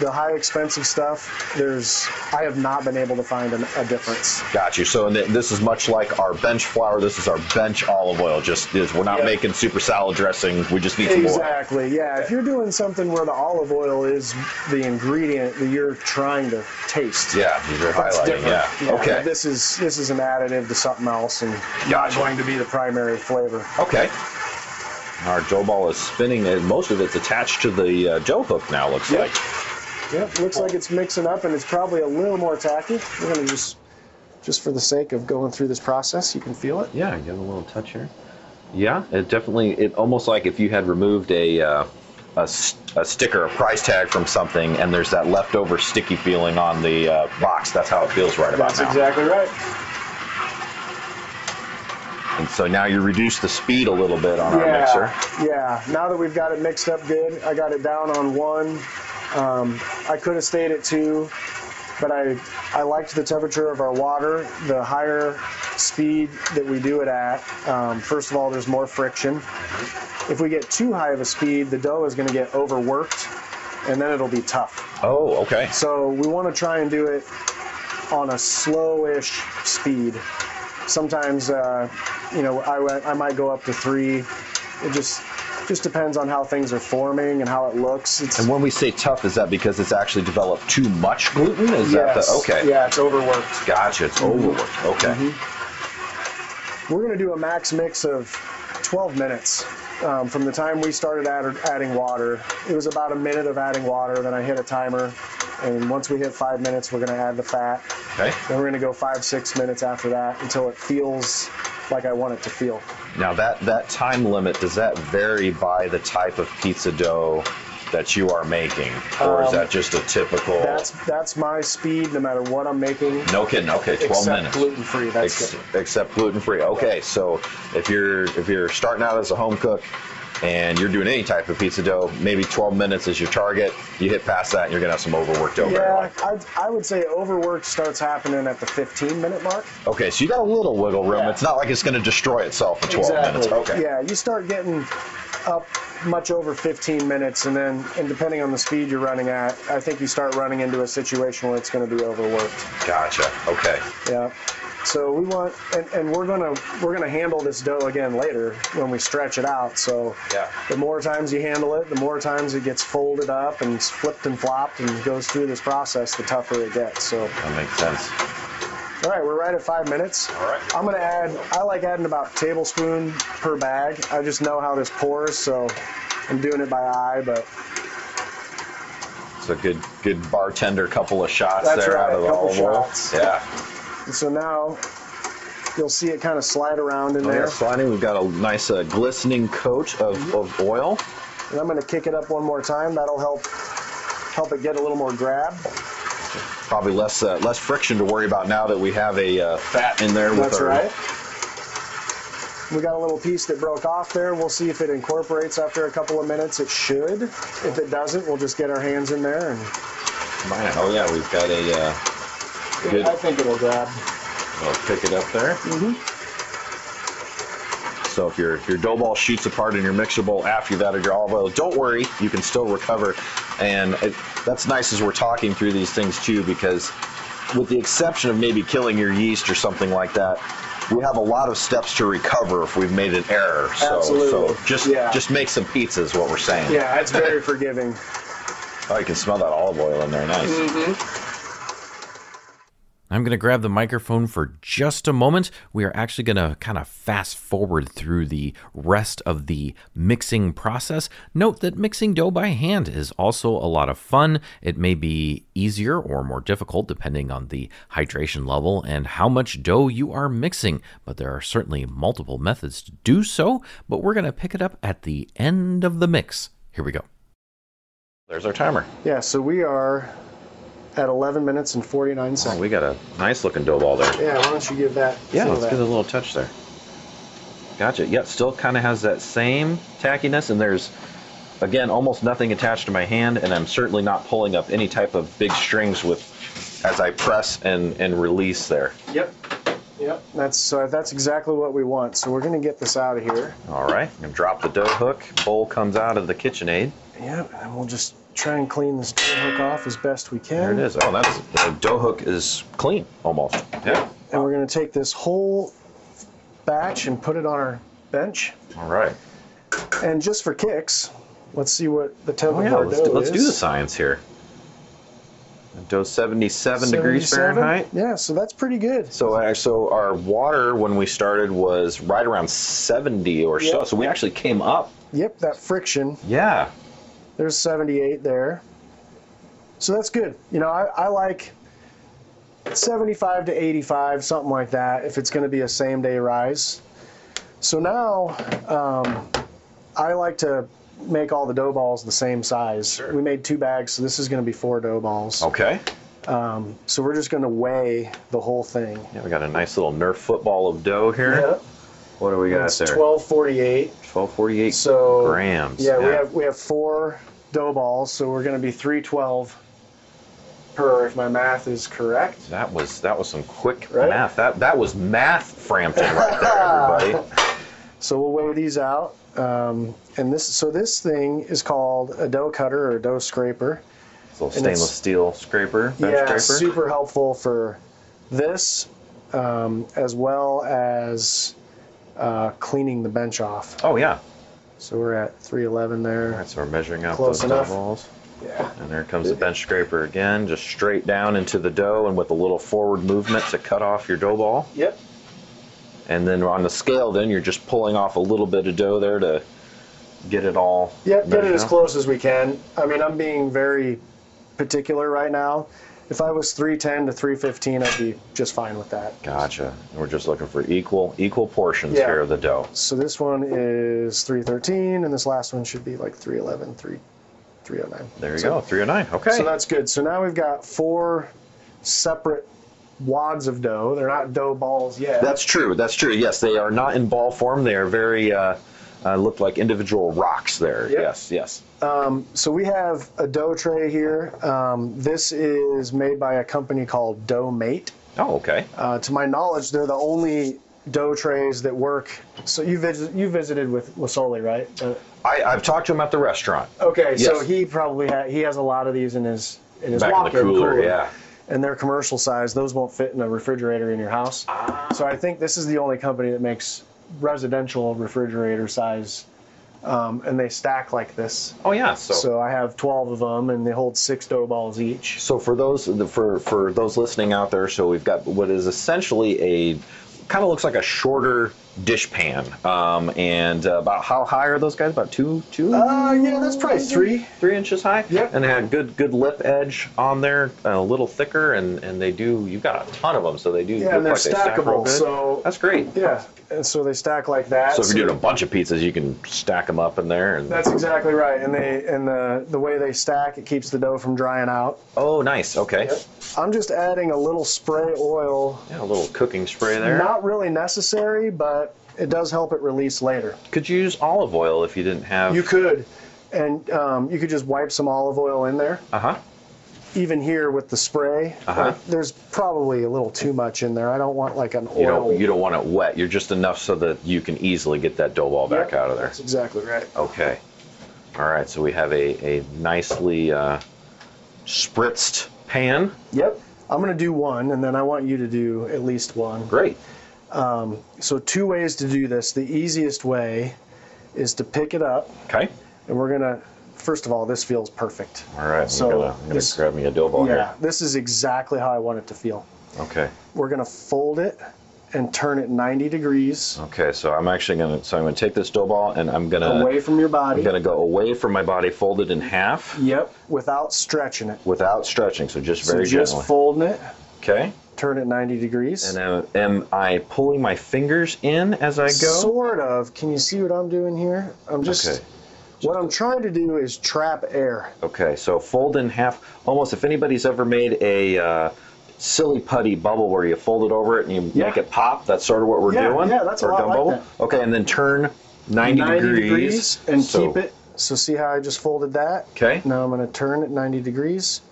The high expensive stuff, there's I have not been able to find an, a difference. Got you. So and th- this is much like our bench flour. This is our bench olive oil. Just is we're not Yeah. making super salad dressing. We just need some more. oil. Exactly. Yeah. If you're doing something where the olive oil is the ingredient that you're trying to taste. Yeah, these are That's highlighting. different. Yeah. Okay. This is this is an additive to something else and not Gotcha. going to be the primary flavor. Okay. Our dough ball is spinning, and most of it's attached to the uh, dough hook now. Looks Yep. like. Yep, looks like it's mixing up and it's probably a little more tacky. We're gonna just just for the sake of going through this process, you can feel it. Yeah, you got a little touch here. Yeah, it definitely. It almost like if you had removed a uh, a, s- a sticker, a price tag from something, and there's that leftover sticky feeling on the uh, box. That's how it feels right about That's now. exactly right. And so now you reduce the speed a little bit on our mixer. Yeah, yeah. Now that we've got it mixed up good, I got it down on one. Um, I could have stayed at two, but I I liked the temperature of our water. The higher speed that we do it at, um, first of all, there's more friction. If we get too high of a speed, the dough is going to get overworked, and then it'll be tough. Oh, okay. So we want to try and do it on a slowish speed. Sometimes, uh, you know, I, went- I might go up to three. It just just depends on how things are forming and how it looks. It's, And when we say tough, is that because it's actually developed too much gluten? Is Yes. that the okay? Yeah, it's overworked. Gotcha. It's overworked. Okay. We're going to do a max mix of 12 minutes. Um, from the time we started add, adding water, it was about a minute of adding water. Then I hit a timer, and once we hit five minutes, we're going to add the fat. Okay. Then we're going to go five, six minutes after that until it feels like I want it to feel. Now that that time limit does that vary by the type of pizza dough that you are making, or is Um, that just a typical? That's that's my speed, no matter what I'm making. no kidding. Okay, twelve except minutes. gluten free. That's Ex- good. except gluten free. Okay, so if you're if you're starting out as a home cook and you're doing any type of pizza dough, maybe 12 minutes is your target. You hit past that, and you're gonna have some overworked dough. very Yeah, likely. I, I would say overwork starts happening at the 15 minute mark. Okay, so you got a little wiggle room. Yeah. It's not like it's gonna destroy itself in 12 minutes. Okay. Yeah, you start getting up much over 15 minutes, and then and depending on the speed you're running at, I think you start running into a situation where it's going to be overworked. Gotcha. Okay. Yeah. So we want, and, and we're gonna we're gonna handle this dough again later when we stretch it out. So Yeah. the more times you handle it, the more times it gets folded up and flipped and flopped and goes through this process, the tougher it gets. So That makes sense. all right, we're right at five minutes. All right. I'm gonna add. I like adding about a tablespoon per bag. I just know how this pours, so I'm doing it by eye. But It's a good good bartender couple of shots That's there out right, of the couple olive oil. shots. Yeah. and so now you'll see it kind of slide around in Yeah, there. Mm-hmm. sliding. Oh, We've got a nice uh, glistening coat of, of oil. And I'm gonna kick it up one more time. That'll help help it get a little more grab. Probably less uh, less friction to worry about now that we have a uh, fat in there with That's our. right. We got a little piece that broke off there. We'll see if it incorporates after a couple of minutes. It should. If it doesn't, we'll just get our hands in there and Man, oh yeah, we've got a. Uh, good. I think it'll grab. I'll pick it up there. Mm-hmm. So if your if your dough ball shoots apart in your mixer bowl after you've added your olive oil, don't worry, you can still recover. And it, that's nice as we're talking through these things too, because with the exception of maybe killing your yeast or something like that, we have a lot of steps to recover if we've made an error. So, Absolutely. so just Yeah. just make some pizza is what we're saying. Yeah, it's very forgiving. Oh, you can smell that olive oil in there. Nice. Mm-hmm. I'm going to grab the microphone for just a moment. We are actually going to kind of fast forward through the rest of the mixing process. Note that mixing dough by hand is also a lot of fun. It may be easier or more difficult depending on the hydration level and how much dough you are mixing, but there are certainly multiple methods to do so. But we're going to pick it up at the end of the mix. Here we go. There's our timer. Yeah, so we are at 11 minutes and 49 Oh, seconds. we got a nice looking dough ball there. Yeah, why don't you give that? Yeah, feel let's that. give it a little touch there. Gotcha. Yeah, it still kind of has that same tackiness, and there's, again, almost nothing attached to my hand, and I'm certainly not pulling up any type of big strings with, as I press and and release there. Yep. Yep. That's so. that's exactly what we want. So we're gonna get this out of here. All right, I'm gonna drop the dough hook. Bowl comes out of the KitchenAid. Yep. And we'll just try and clean this dough hook off as best we can. There it is. Oh, that's the dough hook is clean almost. Yeah. And we're gonna take this whole batch and put it on our bench. All right. And just for kicks, let's see what the temp Oh of yeah. our Let's dough do, let's do is. the science here. Dough 77 degrees 77? Fahrenheit. Yeah, so that's pretty good. So, uh, so our water when we started was right around 70 or so. Yeah. So we actually came up. Yep, that friction. Yeah. There's 78 there. So that's good. You know, I, I like 75 to 85, something like that, if it's going to be a same day rise. So now um, I like to make all the dough balls the same size. We made two bags, so this is going to be four dough balls. Um, Okay. So we're just going to weigh the whole thing. Yeah, we got a nice little Nerf football of dough here. What do we got It's there? 1248. 1248 So grams. Yeah, we have we have four dough balls, so we're going to be three twelve per, if my math is correct. That was that was some quick Right? math. That that was math Frampton right there, everybody. So we'll weigh these out, um, and this so this thing is called a dough cutter or dough scraper. This little And it's- stainless steel scraper, bench yeah, scraper. super helpful for this, um, as well as uh, cleaning the bench off. Oh yeah. So we're at three eleven there. All right, so we're measuring out Close those enough. dough balls. Yeah. And there comes the bench scraper again, just straight down into the dough and with a little forward movement to cut off your dough ball. Yep. And then on the scale, then you're just pulling off a little bit of dough there to get it all. Yep, get it measured as out. close as we can. I mean, I'm being very particular right now. If I was 310 to 315, I'd be just fine with that. Gotcha. And we're just looking for equal equal portions Yeah. here of the dough. So this one is 313, and this last one should be like 311, 3, 309. There you So- go. 309. Okay. So that's good. So now we've got four separate wads of dough. They're not dough balls yet. That's true. That's true. Yes, they are not in ball form. They are very uh, uh, look like individual rocks there. Yep. Yes, yes. so we have a dough tray here. Um, this is made by a company called Dough Mate. Oh, okay. Uh, to my knowledge, they're the only dough trays that work. So you visit, you visited with Wasoli, right? Uh, I, I've talked to him at the restaurant. okay, so Yes. he probably ha- he has a lot of these in his in his Back in the walk-in cooler, yeah. And they're commercial size; those won't fit in a refrigerator in your house. So I think this is the only company that makes residential refrigerator size, um, and they stack like this. Oh, yeah. So, so, So I have 12 of them, and they hold six dough balls each. for those for for those listening out there, so we've got what is essentially a kind of looks like a shorter dish pan. Um, and uh, about how high are those guys? About two, two. Uh, yeah, that's probably three. three inches high. Yep. And they had good good lip edge on there, uh, a little thicker, and and they do. You've got a ton of them, so they do. Yeah, look and they're like they stack real stackable, good. so- that's great. Yeah, and so they stack like that. So if you're doing a bunch of pizzas, you can stack them up in there. And That's exactly right. And they and the the way they stack, it keeps the dough from drying out. oh, nice. Okay. I'm just adding a little spray oil. Yeah, a little cooking spray there. Not really necessary, but it does help it release later. Could you use olive oil if you didn't have? You could, and um, you could just wipe some olive oil in there. Uh huh. Even here with the spray, uh, Uh-huh. there's probably a little too much in there. I don't want like an oil. You don't you don't want it wet. You're just enough so that you can easily get that dough ball back Yep, out of there. That's exactly right. Okay. All right. So we have a a nicely uh, spritzed pan. Yep. I'm gonna do one, and then I want you to do at least one. Great. So two ways to do this. The easiest way is to pick it up Okay. And we're gonna, first of all, this feels perfect. All right, I'm So, gonna, I'm gonna this- grab me a dough ball Yeah, this is exactly how I want it to feel. here. Okay. We're gonna fold it and turn it 90 degrees Okay. So I'm actually gonna. So I'm gonna take this dough ball and I'm gonna. away from your body. I'm gonna go away from my body, fold it in half Yep, without stretching it. without stretching. So just So very just gently. folding it, okay. turn it 90 degrees. And am, am I pulling my fingers in as I go? Sort of. Can you see what I'm doing here? I'm just. Okay. What I'm trying to do is trap air. Okay. So fold in half. Almost. If anybody's ever made a. Uh, Silly putty bubble where you fold it over it and you Yeah. make it pop. That's sort of what we're Yeah, doing. yeah, that's a or lot gum like bubble. that. Okay, and then turn 90, 90 degrees, and So- keep it. So see how I just folded that? Okay. Now I'm going to turn it 90 degrees,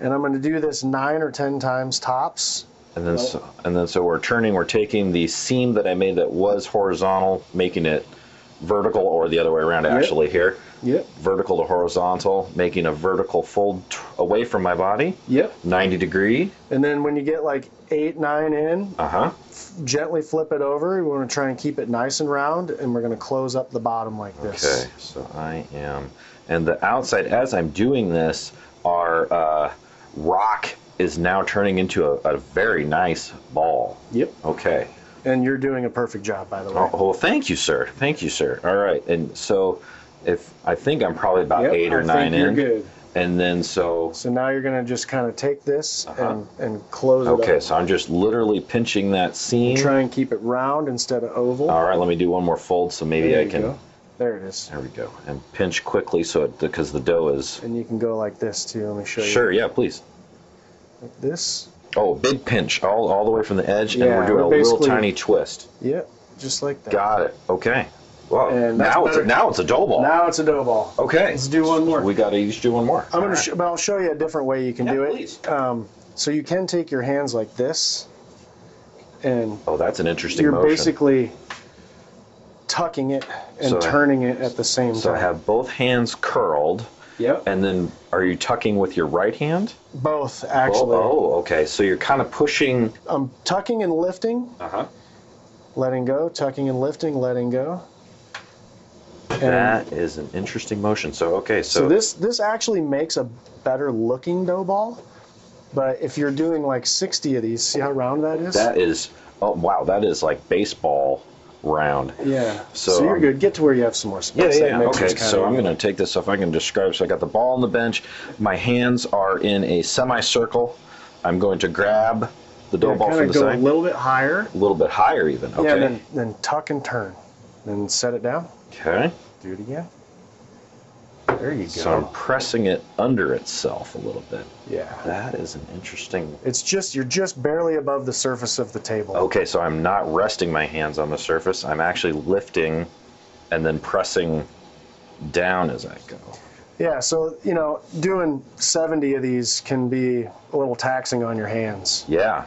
and I'm going to do this nine or 10 times tops. And then, so, and then, so we're turning, we're taking the seam that I made that was horizontal, making it vertical or the other way around actually here. Yep. Vertical to horizontal, making a vertical fold t- away from my body. Yep. 90 degree. And then when you get like eight, nine in, Uh huh. gently flip it over. We want to try and keep it nice and round, and we're going to close up the bottom like this. Okay, so I am, and the outside as I'm doing this, our uh, rock is now turning into a, a very nice ball. Yep. Okay. And you're doing a perfect job, by the way. Oh, well, thank you, sir. Thank you, sir. All right, and so if I think I'm probably about Yep, eight or I nine think you're in, good. and then so So now you're going to just kind of take this and, and close it Uh-huh. okay, up. so I'm just literally pinching that seam. Try and keep it round instead of oval. All right, let me do one more fold so maybe There I you can. go. There it is. There we go, and pinch quickly so it because the dough is. And you can go like this too. Let me show you. Sure, yeah, please. Like this. Oh, big pinch all, all the way from the edge, and Yeah, we're doing we're a little basically- tiny twist. Yep. Just like that. Got it. Okay. Well, And that's now it's a, better. now it's a dough ball. Now it's a dough ball. okay. Let's do one more. We got to each do one more. I'm going to. Sh- but I'll show you a different way you can Yeah, do it. please. Um, so you can take your hands like this, and Oh, that's an interesting you're motion. basically tucking it and So I- turning it at the same so I time. have both hands curled, yep. and then are you tucking with your right hand? Both Oh, actually. oh, okay. So you're kind of pushing. I'm tucking and lifting, Uh huh. letting go, tucking and lifting, letting go. And That is an interesting motion. So okay, so, so this this actually makes a better looking dough ball. But if you're doing like 60 of these, see how round that is? that is oh wow, that is like baseball round. yeah. So So, you're I'm- good. Get to where you have some more Yeah, space. yeah, That yeah. mixer's Okay, kinda- so I'm going to take this off. I can describe. So I got the ball on the bench. My hands are in a semicircle. I'm going to grab the dough yeah, ball from kinda the go side, a little bit higher. a little bit higher even. Okay. Yeah, and then, then tuck and turn. Then set it down. okay. Do it again. There you go. So I'm pressing it under itself a little bit. yeah. That is an interesting. It's just you're just barely above the surface of the table. Okay, so I'm not resting my hands on the surface. I'm actually lifting, and then pressing down as I go. Yeah, so you know, doing 70 of these can be a little taxing on your hands. Yeah.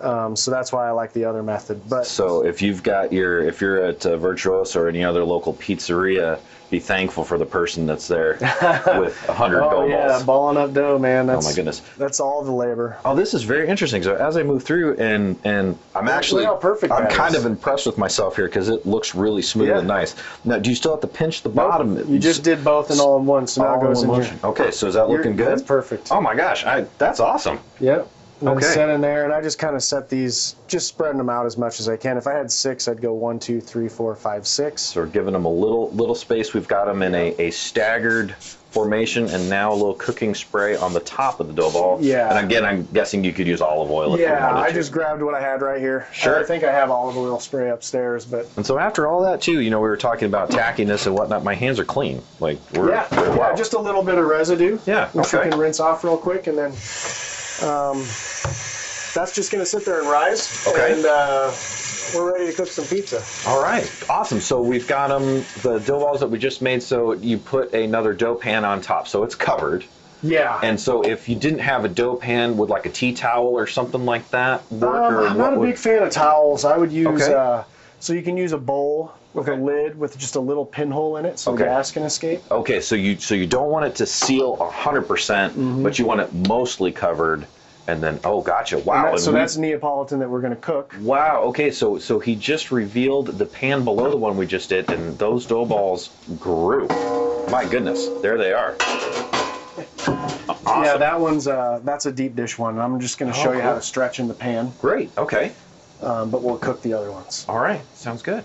Um, so that's why I like the other method. But So if you've got your, if you're at uh, Virtuoso or any other local pizzeria, be thankful for the person that's there with a hundred oh dough yeah, balls. Oh balling up dough, man. That's, my goodness. that's all the labor. Oh, this is very interesting. So as I move through, and and I'm actually how perfect I'm that kind is. of impressed with myself here because it looks really smooth Yeah. and nice. Now, do you still have to pinch the bottom? You just did both and all in one, so now All it goes in in one your. motion. Okay, so is that You're- looking good? that's perfect. Oh my gosh, I that's awesome. Yep. And Okay. then set in there, and I just kind of set these, just spreading them out as much as I can. If I had six, I'd go one, two, three, four, five, six. So we're giving them a little little space. We've got them in a, a staggered formation, and now a little cooking spray on the top of the dough ball. Yeah. And again, I'm guessing you could use olive oil if you Yeah, wanted I to. just grabbed what I had right here. Sure. I think I have olive oil spray upstairs, but and so after all that too, you know, we were talking about tackiness and whatnot. My hands are clean. Like we're, Yeah, we're- wow. yeah, just a little bit of residue. Yeah, which okay. you can rinse off real quick, and then um, that's just gonna sit there and rise. Okay. And uh, we're ready to cook some pizza. all right, awesome. So we've got them the dough balls that we just made. So you put another dough pan on top, so it's covered. Yeah. And so if you didn't have a dough pan, would like a tea towel or something like that work? um, or I'm what not a would- big fan of towels. I would use Okay. uh, so you can use a bowl with Okay. a lid with just a little pinhole in it, so Okay. gas can escape. Okay, so you so you don't want it to seal 100%, Mm-hmm. percent but you want it mostly covered and then oh gotcha. Wow. And that- and so we- that's Neapolitan that we're gonna cook. wow. Okay, so so he just revealed the pan below the one we just did and those dough balls grew. My goodness. There they are. Awesome. Yeah, that one's uh, that's a deep dish one. I'm just gonna show you how Oh, cool. to stretch in the pan, Great. Okay. um, but we'll cook the other ones. All right. Sounds good.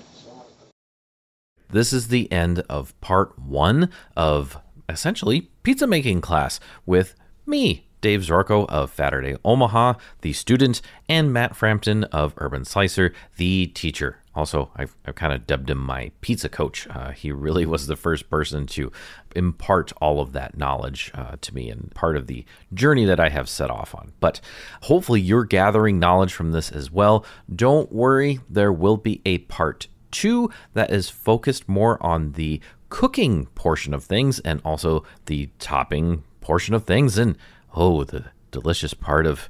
This is the end of part one of essentially pizza making class with me, Dave Zorko of Saturday Omaha, the student, and Matt Frampton of Urban Slicer, the teacher. Also, I've, I've kind of dubbed him my pizza coach. Uh, he really was the first person to impart all of that knowledge uh, to me and part of the journey that I have set off on. But hopefully, you're gathering knowledge from this as well. Don't worry, there will be a part two that is focused more on the cooking portion of things and also the topping portion of things and oh the delicious part of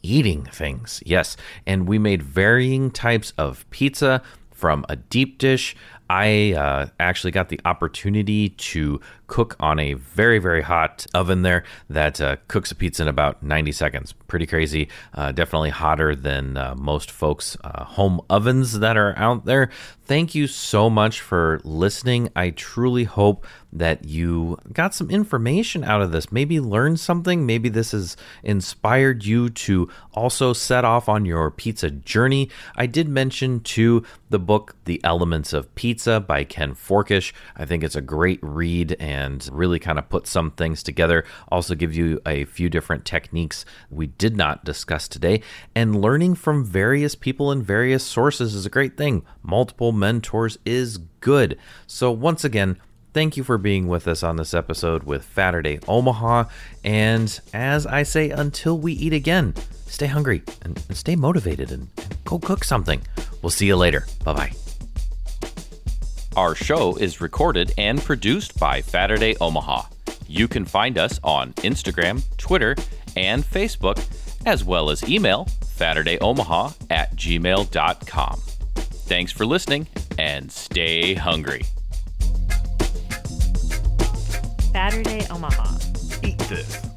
eating things yes and we made varying types of pizza from a deep dish I uh, actually got the opportunity to cook on a very, very hot oven there that uh, cooks a pizza in about 90 seconds. Pretty crazy. Uh, definitely hotter than uh, most folks' uh, home ovens that are out there. Thank you so much for listening. I truly hope that you got some information out of this. Maybe learned something. Maybe this has inspired you to also set off on your pizza journey. I did mention too the book The Elements of Pizza by Ken Forkish. I think it's a great read and really kind of puts some things together. Also gives you a few different techniques we did not discuss today. And learning from various people and various sources is a great thing. Multiple mentors is good. So once again, Thank you for being with us on this episode with Saturday Omaha. And as I say, until we eat again, stay hungry and, and stay motivated and, and go cook something. We'll see you later. Bye bye. Our show is recorded and produced by Saturday Omaha. You can find us on Instagram, Twitter, and Facebook, as well as email SaturdayOmaha at gmail.com. Thanks for listening and stay hungry. Saturday Omaha. Eat this.